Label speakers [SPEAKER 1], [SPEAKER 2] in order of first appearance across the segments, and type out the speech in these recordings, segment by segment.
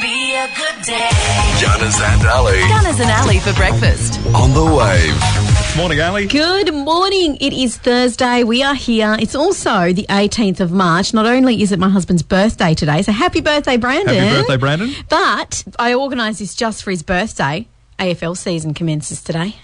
[SPEAKER 1] be a good day.
[SPEAKER 2] Gunners and Ali
[SPEAKER 3] Gunners and Alley for breakfast.
[SPEAKER 2] on the wave.
[SPEAKER 4] Morning, Ali.
[SPEAKER 5] Good morning. It is Thursday. We are here. It's also the 18th of March. Not only is it my husband's birthday today, so happy birthday, Brandon.
[SPEAKER 4] Happy birthday, Brandon.
[SPEAKER 5] But I organised this just for his birthday. AFL season commences today.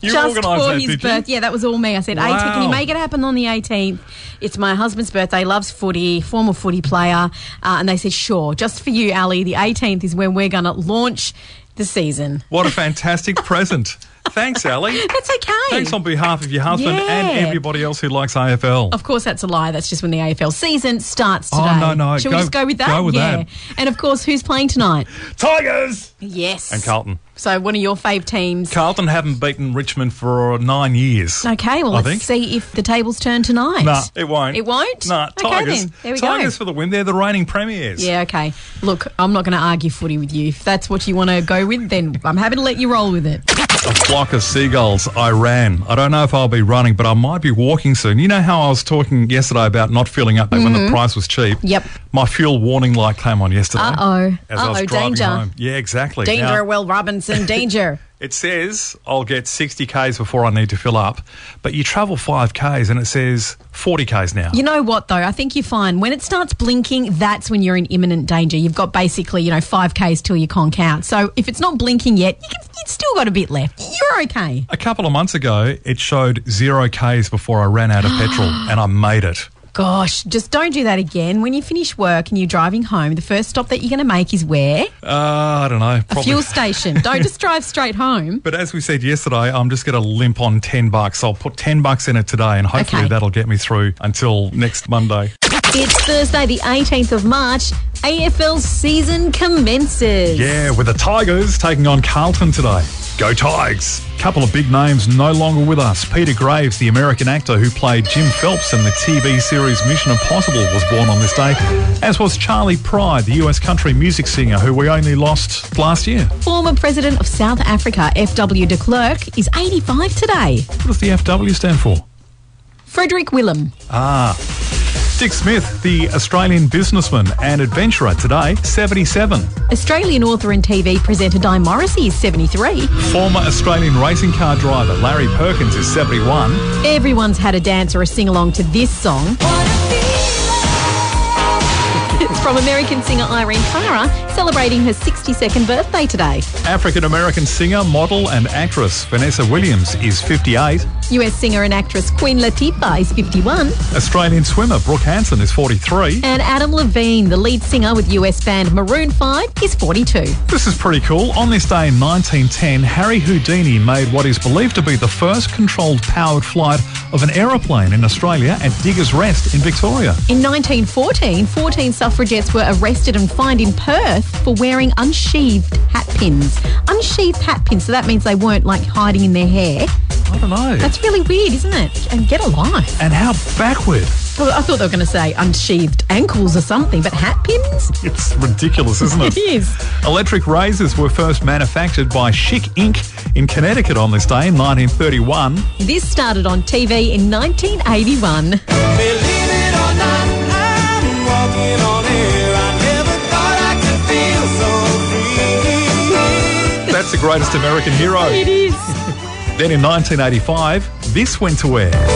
[SPEAKER 4] You
[SPEAKER 5] just for
[SPEAKER 4] organised that,
[SPEAKER 5] his
[SPEAKER 4] did you?
[SPEAKER 5] birth. Yeah, that was all me. I said,
[SPEAKER 4] Wow.
[SPEAKER 5] 18th, can you make it happen on the 18th? It's my husband's birthday, loves footy, former footy player. Uh, and they said, sure, just for you, Ali, the 18th is when we're going to launch the season.
[SPEAKER 4] What a fantastic present. Thanks, Ali.
[SPEAKER 5] That's okay.
[SPEAKER 4] Thanks on behalf of your husband and
[SPEAKER 5] Yeah. Oh.
[SPEAKER 4] everybody else who likes AFL.
[SPEAKER 5] Of course, that's a lie. That's just when the AFL season starts
[SPEAKER 4] Oh,
[SPEAKER 5] today.
[SPEAKER 4] no, no.
[SPEAKER 5] Should
[SPEAKER 4] Go-
[SPEAKER 5] we just go with that?
[SPEAKER 4] go with
[SPEAKER 5] yeah.
[SPEAKER 4] that.
[SPEAKER 5] And of course, who's playing tonight?
[SPEAKER 4] Tigers!
[SPEAKER 5] Yes.
[SPEAKER 4] And Carlton.
[SPEAKER 5] So, one of your fave teams.
[SPEAKER 4] Carlton haven't beaten Richmond for nine years.
[SPEAKER 5] okay, well,
[SPEAKER 4] I
[SPEAKER 5] let's
[SPEAKER 4] think.
[SPEAKER 5] see if the tables turn tonight.
[SPEAKER 4] Nah, it won't.
[SPEAKER 5] It won't?
[SPEAKER 4] Nah,
[SPEAKER 5] Okay,
[SPEAKER 4] Tigers.
[SPEAKER 5] then. There we go.
[SPEAKER 4] Tigers for the win. They're the reigning premiers.
[SPEAKER 5] Yeah, okay. Look, I'm not going to argue footy with you. If that's what you want to go with, then I'm happy to let you roll with it.
[SPEAKER 4] A flock of seagulls. I ran. I don't know if I'll be running, but I might be walking soon. You know how I was talking yesterday about not filling up when the price was cheap?
[SPEAKER 5] Mm-hmm. Yep.
[SPEAKER 4] My fuel warning light came on yesterday.
[SPEAKER 5] Uh-oh.
[SPEAKER 4] As I was
[SPEAKER 5] Uh-oh,
[SPEAKER 4] driving
[SPEAKER 5] danger.
[SPEAKER 4] home. Yeah, exactly.
[SPEAKER 5] Danger,
[SPEAKER 4] Now-
[SPEAKER 5] Will Robinson, danger.
[SPEAKER 4] It says I'll get 60 Ks before I need to fill up, but you travel 5 Ks and it says 40 Ks now.
[SPEAKER 5] You know what, though? I think you're fine. When it starts blinking, that's when you're in imminent danger. You've got basically, you know, 5Ks till you conk out. So if it's not blinking yet, you can, you've still got a bit left. You're okay.
[SPEAKER 4] a couple of months ago, it showed 0 Ks before I ran out of petrol and I made it.
[SPEAKER 5] Gosh, just don't do that again. When you finish work and you're driving home, the first stop that you're going to make is where?
[SPEAKER 4] Uh, I don't know.
[SPEAKER 5] A
[SPEAKER 4] Probably.
[SPEAKER 5] fuel station. don't just drive straight home.
[SPEAKER 4] but as we said yesterday, I'm just going to limp on 10 bucks. I'll put 10 bucks in it today and hopefully
[SPEAKER 5] Okay.
[SPEAKER 4] that'll get me through until next Monday.
[SPEAKER 5] It's Thursday, the 18th of March. AFL season commences.
[SPEAKER 4] Yeah, with the Tigers taking on Carlton today. Go Tigers! Couple of big names no longer with us. Peter Graves, the American actor who played Jim Phelps in the TV series Mission Impossible, was born on this day, as was Charlie Pride, the US country music singer who we only lost last year.
[SPEAKER 5] Former president of South Africa, F.W. de Klerk, is 85 today.
[SPEAKER 4] What does the FW stand for?
[SPEAKER 5] Frederick Willem.
[SPEAKER 4] Dick Smith, the Australian businessman and adventurer today, 77.
[SPEAKER 5] Australian author and TV presenter Di Morrissey is 73.
[SPEAKER 4] Former Australian racing car driver Larry Perkins is 71.
[SPEAKER 5] Everyone's had a dance or a sing along to this song. It's from American singer Irene Cara celebrating her 62nd birthday today.
[SPEAKER 4] African American singer, model, and actress Vanessa Williams is 58.
[SPEAKER 5] US singer and actress Queen Latifah is 51.
[SPEAKER 4] Australian swimmer Brooke Hanson is 43.
[SPEAKER 5] And Adam Levine, the lead singer with US band Maroon 5, is 42.
[SPEAKER 4] This is pretty cool. On this day in 1910, Harry Houdini made what is believed to be the first controlled powered flight of an aeroplane in Australia at Diggers Rest in Victoria.
[SPEAKER 5] In 1914, 14 suffragettes were arrested and fined in Perth for wearing unsheathed hat pins. Unsheathed hat pins, so that means they weren't like hiding in their hair.
[SPEAKER 4] I don't know.
[SPEAKER 5] That's really weird, isn't it? And get a life.
[SPEAKER 4] and how backward.
[SPEAKER 5] Well, I thought they were going to say unsheathed ankles or something, but hat pins?
[SPEAKER 4] It's ridiculous, isn't
[SPEAKER 5] It
[SPEAKER 4] it?
[SPEAKER 5] is.
[SPEAKER 4] Electric razors were first manufactured by Schick Inc. in Connecticut on this day in 1931.
[SPEAKER 5] This started on TV in 1981.
[SPEAKER 6] Believe it or not, I'm walking on air. I never thought I could feel so free.
[SPEAKER 4] That's the greatest American hero.
[SPEAKER 5] It is.
[SPEAKER 4] Then in 1985, this went to air.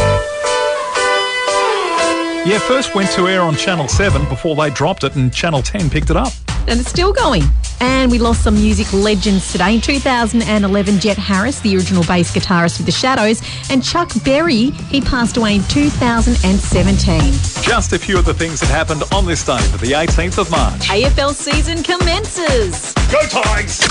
[SPEAKER 4] Yeah, first went to air on Channel 7 before they dropped it and Channel 10 picked it up.
[SPEAKER 5] and it's still going. And we lost some music legends today. In 2011, Jet Harris, the original bass guitarist with The Shadows, and Chuck Berry, he passed away in 2017.
[SPEAKER 4] Just a few of the things that happened on this day, but the 18th of March.
[SPEAKER 5] AFL season commences.
[SPEAKER 4] Go Tigers!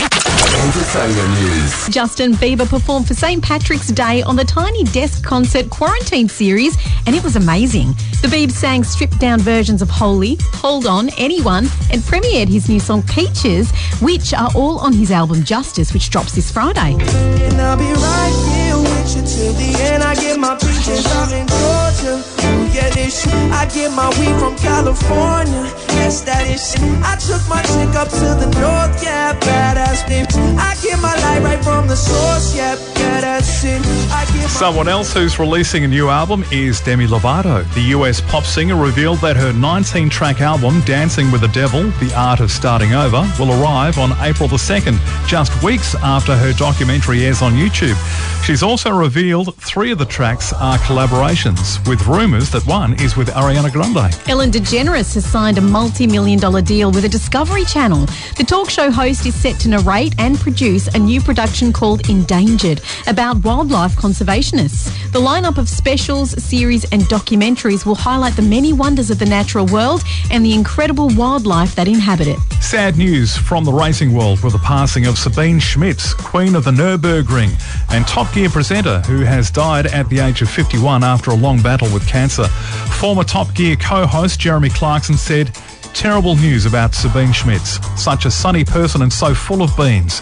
[SPEAKER 2] Entertainment news.
[SPEAKER 5] Justin Bieber performed for St. Patrick's Day on the Tiny Desk Concert Quarantine Series, and it was amazing. The Biebs sang stripped down versions of Holy, Hold On, Anyone, and premiered his new song Peaches, which are all on his album Justice, which drops this Friday.
[SPEAKER 6] And I'll be right here with you till the end. I get my peaches out in Georgia. Ooh, get this shit. I get my weed from California. That's that ish. I took my chick up to the north, yeah, badass bitch. I get my light right from the source, yeah, yeah, that's it. I get my
[SPEAKER 4] Someone else who's releasing a new album is Demi Lovato. The US pop singer revealed that her 19 track album, Dancing with the Devil The Art of Starting Over, will arrive on April the 2nd, just weeks after her documentary airs on YouTube. She's also revealed three of the tracks are collaborations, with rumours that one is with Ariana Grande.
[SPEAKER 5] Ellen DeGeneres has signed a multi million dollar deal with a Discovery Channel. The talk show host is set to narrate and produce a new production called Endangered about wildlife conservationists. The lineup of specials, series, and documentaries will highlight the many wonders of the natural world and the incredible wildlife that inhabit it.
[SPEAKER 4] Sad news from the racing world with the passing of Sabine Schmitz, Queen of the Nürburgring and Top Gear presenter who has died at the age of 51 after a long battle with cancer. Former Top Gear co-host Jeremy Clarkson said, Terrible news about Sabine Schmitz, such a sunny person and so full of beans.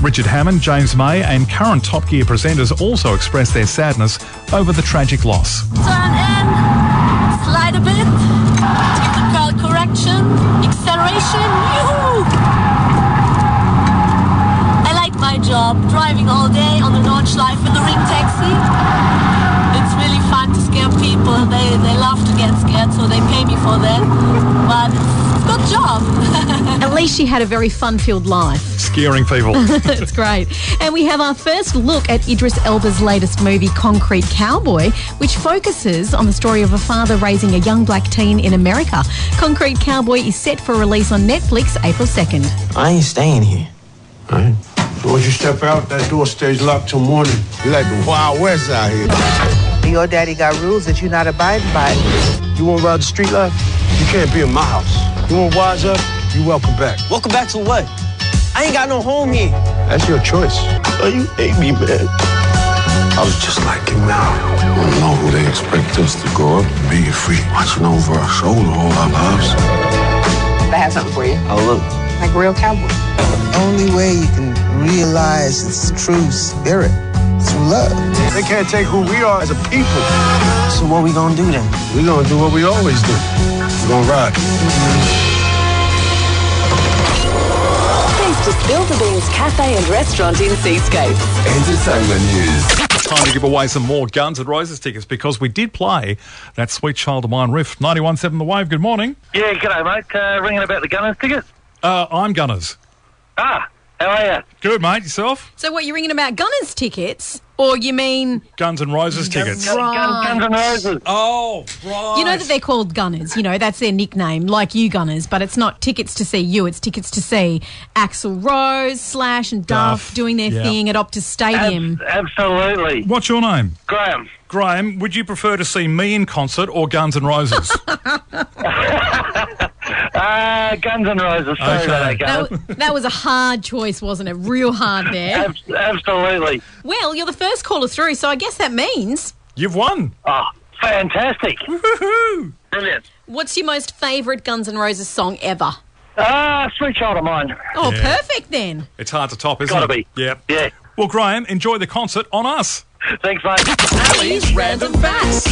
[SPEAKER 4] Richard Hammond, James May and current Top Gear presenters also expressed their sadness over the tragic loss.
[SPEAKER 7] turn in, slide a bit, technical correction, acceleration, yoo I like my job, driving all day on the Nordschleife in the ring taxi. It's really fun to scare people. They, they love to get scared, so they pay me for that. But it's a good job.
[SPEAKER 5] At least she had a very fun filled life.
[SPEAKER 4] Scaring people.
[SPEAKER 5] That's great. And we have our first look at Idris Elba's latest movie, Concrete Cowboy, which focuses on the story of a father raising a young black teen in America. Concrete Cowboy is set for release on Netflix April 2nd.
[SPEAKER 8] I ain't staying here.
[SPEAKER 9] Once you step out, that door stays locked till morning. You like the Wild West out here.
[SPEAKER 10] Your daddy got rules that you're not abiding by.
[SPEAKER 9] You want to ride the street life? You can't be in my house. You want to wise up? You welcome back.
[SPEAKER 8] Welcome back to what? I ain't got no home here.
[SPEAKER 9] That's your choice.
[SPEAKER 8] Oh, you hate me, man.
[SPEAKER 2] I was just like him now. I don't know who they expect us to go up and be if we watching over our shoulder all our lives.
[SPEAKER 10] I have something for you,
[SPEAKER 8] Oh, look.
[SPEAKER 10] like real cowboy.
[SPEAKER 11] only way you can realize its true spirit is through love.
[SPEAKER 9] They can't take who we are as a people.
[SPEAKER 8] So what we gonna do then?
[SPEAKER 9] We're going to do what we always do. We're going to ride.
[SPEAKER 3] Thanks to Spill the Beans Cafe and Restaurant in Seascape.
[SPEAKER 2] Entertainment news.
[SPEAKER 4] Time to give away some more Guns N' Roses tickets because we did play that Sweet Child of Mine riff. 91.7 The Wave, good morning.
[SPEAKER 12] Yeah, g'day, mate. Uh, ringing about the Gunners tickets.
[SPEAKER 4] Uh, I'm Gunners.
[SPEAKER 12] Ah, how are you?
[SPEAKER 4] Good, mate. Yourself?
[SPEAKER 5] So, what, you're ringing about Gunners tickets? Or you mean,
[SPEAKER 4] Guns N' Roses tickets.
[SPEAKER 5] right.
[SPEAKER 12] Guns N' Roses.
[SPEAKER 4] Oh, right.
[SPEAKER 5] You know that they're called Gunners. You know, that's their nickname, like you Gunners, but it's not tickets to see you. It's tickets to see Axl Rose, Slash, and Duff,
[SPEAKER 4] Duff,
[SPEAKER 5] doing their
[SPEAKER 4] yeah.
[SPEAKER 5] thing at Optus Stadium.
[SPEAKER 12] Ab- absolutely.
[SPEAKER 4] What's your name?
[SPEAKER 12] Graham.
[SPEAKER 4] Graham, would you prefer to see me in concert or Guns N' Roses?
[SPEAKER 12] Uh, Guns N' Roses. Sorry
[SPEAKER 4] Okay.
[SPEAKER 12] about that,
[SPEAKER 5] That,
[SPEAKER 12] Gunners.
[SPEAKER 5] w- that was a hard choice, wasn't it? Real hard there.
[SPEAKER 12] Ab- absolutely.
[SPEAKER 5] Well, you're the first caller through, so I guess that means
[SPEAKER 4] You've won.
[SPEAKER 12] Oh, fantastic.
[SPEAKER 4] Woohoo!
[SPEAKER 12] Brilliant.
[SPEAKER 5] what's your most favourite Guns N' Roses song ever?
[SPEAKER 12] Ah, sweet child of mine.
[SPEAKER 5] Oh,
[SPEAKER 4] Yeah.
[SPEAKER 5] perfect then.
[SPEAKER 4] It's hard to top, isn't
[SPEAKER 12] Gotta
[SPEAKER 4] it?
[SPEAKER 12] be.
[SPEAKER 4] Yep.
[SPEAKER 12] Yeah.
[SPEAKER 4] Well, Graham, enjoy the concert on us.
[SPEAKER 12] Thanks, mate.
[SPEAKER 3] Ali's Random Facts.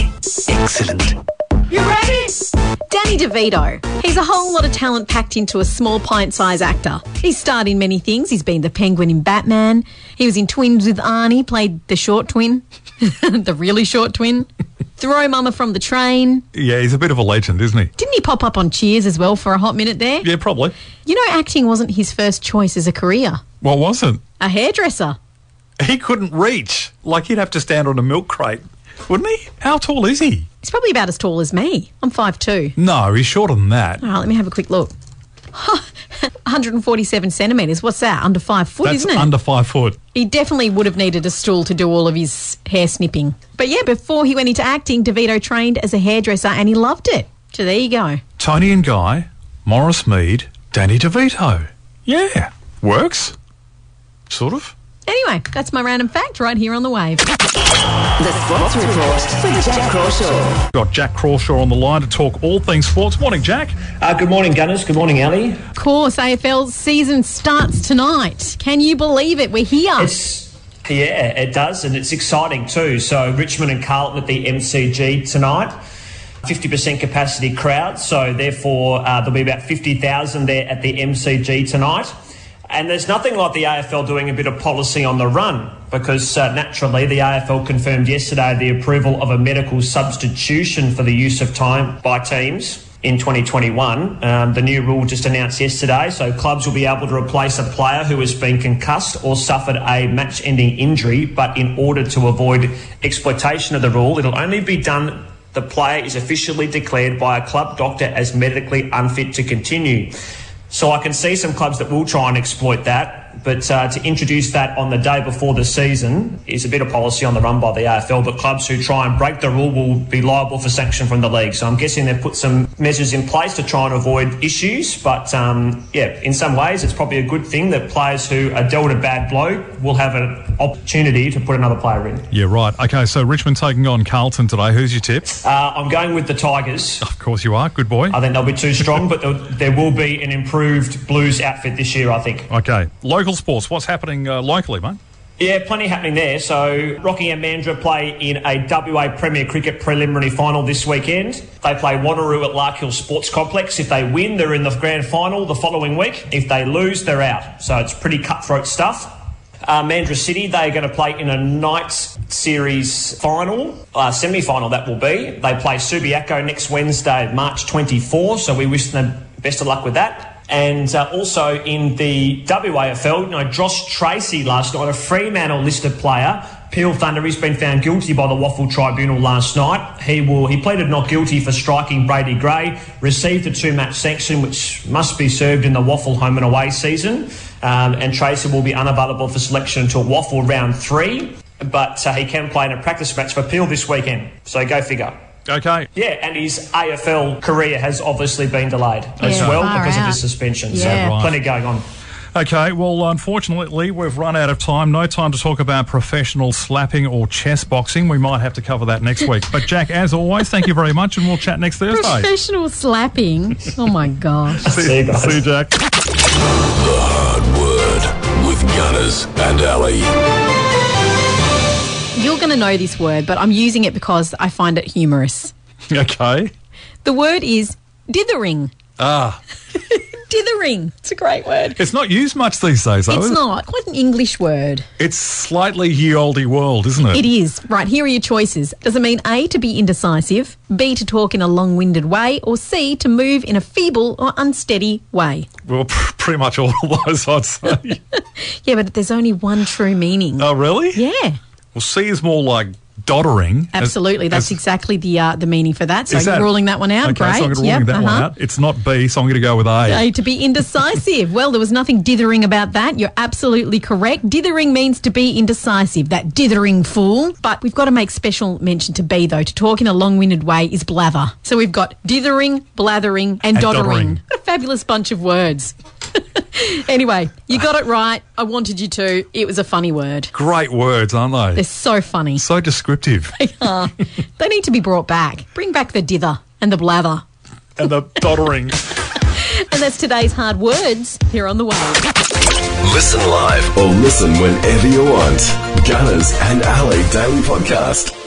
[SPEAKER 5] Danny DeVito. He's a whole lot of talent packed into a small pint sized actor. He's starred in many things. He's been the penguin in Batman. He was in Twins with Arnie, played the short twin, the really short twin. Throw Mama from the Train.
[SPEAKER 4] Yeah, he's a bit of a legend, isn't he?
[SPEAKER 5] Didn't he pop up on Cheers as well for a hot minute there?
[SPEAKER 4] Yeah, probably.
[SPEAKER 5] You know, acting wasn't his first choice as a career.
[SPEAKER 4] What was it?
[SPEAKER 5] A hairdresser.
[SPEAKER 4] He couldn't reach. Like, he'd have to stand on a milk crate, wouldn't he? How tall is he?
[SPEAKER 5] He's probably about as tall as me. I'm 5'2.
[SPEAKER 4] No, he's shorter than that.
[SPEAKER 5] All right, let me have a quick look. 147 centimetres. What's that? Under five foot,
[SPEAKER 4] That's
[SPEAKER 5] isn't it?
[SPEAKER 4] under five foot.
[SPEAKER 5] He definitely would have needed a stool to do all of his hair snipping. But yeah, before he went into acting, DeVito trained as a hairdresser and he loved it. So there you go.
[SPEAKER 4] Tony and Guy, Morris Mead, Danny DeVito. Yeah, works. Sort of.
[SPEAKER 5] Anyway, that's my random fact right here on the wave.
[SPEAKER 3] The Sports Report with Jack Crawshaw.
[SPEAKER 4] Got Jack Crawshaw on the line to talk all things sports. Morning, Jack.
[SPEAKER 13] Uh, good morning, Gunners. Good morning, Ali.
[SPEAKER 5] Of course, AFL season starts tonight. Can you believe it? We're here.
[SPEAKER 13] It's yeah, it does, and it's exciting too. So Richmond and Carlton at the MCG tonight. 50% capacity crowd, so therefore uh, there'll be about 50,000 there at the MCG tonight. And there's nothing like the AFL doing a bit of policy on the run because uh, naturally the AFL confirmed yesterday the approval of a medical substitution for the use of time by teams in 2021. Um, the new rule just announced yesterday, so clubs will be able to replace a player who has been concussed or suffered a match ending injury, but in order to avoid exploitation of the rule, it'll only be done the player is officially declared by a club doctor as medically unfit to continue. So I can see some clubs that will try and exploit that, but uh, to introduce that on the day before the season is a bit of policy on the run by the AFL. But clubs who try and break the rule will be liable for sanction from the league. So I'm guessing they've put some measures in place to try and avoid issues. But um, yeah, in some ways, it's probably a good thing that players who are dealt a bad blow will have an opportunity to put another player in.
[SPEAKER 4] Yeah, right. Okay, so Richmond taking on Carlton today. Who's your tip?
[SPEAKER 13] Uh, I'm going with the Tigers.
[SPEAKER 4] Of course you are. Good boy.
[SPEAKER 13] I think they'll be too strong, but there- there will be an improved Blues outfit this year, I think.
[SPEAKER 4] Okay, local sports. What's happening uh, locally, mate?
[SPEAKER 13] Yeah, plenty happening there. So Rockingham Mandurah play in a WA Premier Cricket preliminary final this weekend. They play Wanneroo at Larkhill Sports Complex. If they win, they're in the grand final the following week. If they lose, they're out. So it's pretty cutthroat stuff. Uh, Mandurah City, they're going to play in a night series final, uh, semi final that will be. They play Subiaco next Wednesday, March 24. So we wish them best of luck with that. And uh, also in the WAFL, you know, Josh Tracy last night, a Fremantle listed player, Peel Thunder, he's been found guilty by the Waffle Tribunal last night. He will he pleaded not guilty for striking Brady Gray, received a two match sanction which must be served in the Waffle home and away season, um, and Tracy will be unavailable for selection until Waffle round three. But uh, he can play in a practice match for Peel this weekend, so go figure.
[SPEAKER 4] Okay.
[SPEAKER 13] Yeah, and his AFL career has obviously been delayed as
[SPEAKER 4] Yeah,
[SPEAKER 13] well
[SPEAKER 4] far
[SPEAKER 13] because of his
[SPEAKER 4] out.
[SPEAKER 13] suspension.
[SPEAKER 4] Yeah.
[SPEAKER 13] So
[SPEAKER 4] Right.
[SPEAKER 13] plenty going on.
[SPEAKER 4] Okay, well, unfortunately, we've run out of time. No time to talk about professional slapping or chess boxing. We might have to cover that next week. But, Jack, as always, thank you very much, and we'll chat next Thursday.
[SPEAKER 5] Professional slapping. Oh my gosh.
[SPEAKER 4] See you, see you Jack.
[SPEAKER 14] Hard word with Gunners and Ali.
[SPEAKER 5] You're going to know this word, but I'm using it because I find it humorous.
[SPEAKER 4] Okay.
[SPEAKER 5] The word is dithering.
[SPEAKER 4] Ah,
[SPEAKER 5] Dithering. It's a great word.
[SPEAKER 4] it's not used much these days, though.
[SPEAKER 5] it's
[SPEAKER 4] is it?
[SPEAKER 5] not quite an English word.
[SPEAKER 4] It's slightly ye olde world, isn't it?
[SPEAKER 5] It is. Right, here are your choices. Does it mean A, to be indecisive, B, to talk in a long winded way, or C, to move in a feeble or unsteady way?
[SPEAKER 4] Well, pr- pretty much all of those, I'd say.
[SPEAKER 5] Yeah, but there's only one true meaning.
[SPEAKER 4] oh, really?
[SPEAKER 5] Yeah,
[SPEAKER 4] Well, C is more like doddering. as-
[SPEAKER 5] absolutely. That's
[SPEAKER 4] as-
[SPEAKER 5] exactly the uh, the meaning for that. So
[SPEAKER 4] Is
[SPEAKER 5] you're ruling that one out.
[SPEAKER 4] Okay,
[SPEAKER 5] Great.
[SPEAKER 4] so I'm going to
[SPEAKER 5] Yep,
[SPEAKER 4] rule that one
[SPEAKER 5] uh-huh.
[SPEAKER 4] out. It's not B, so I'm going to go with A.
[SPEAKER 5] Uh, to be indecisive. well, there was nothing dithering about that. You're absolutely correct. Dithering means to be indecisive, that dithering fool. But we've got to make special mention to B, though. To talk in a long winded way is blather. So we've got dithering, blathering, and,
[SPEAKER 15] And
[SPEAKER 5] doddering.
[SPEAKER 15] doddering.
[SPEAKER 5] What a fabulous bunch of words. anyway, you got it right. I wanted you to. It was a funny word.
[SPEAKER 4] Great words, aren't they?
[SPEAKER 5] They're so funny.
[SPEAKER 4] so descriptive.
[SPEAKER 5] They are. they need to be brought back. Bring back the dither and the blather.
[SPEAKER 4] and the doddering.
[SPEAKER 5] And that's today's hard words here on the way.
[SPEAKER 14] Listen live or listen whenever you want. Gunners and Ali Daily Podcast.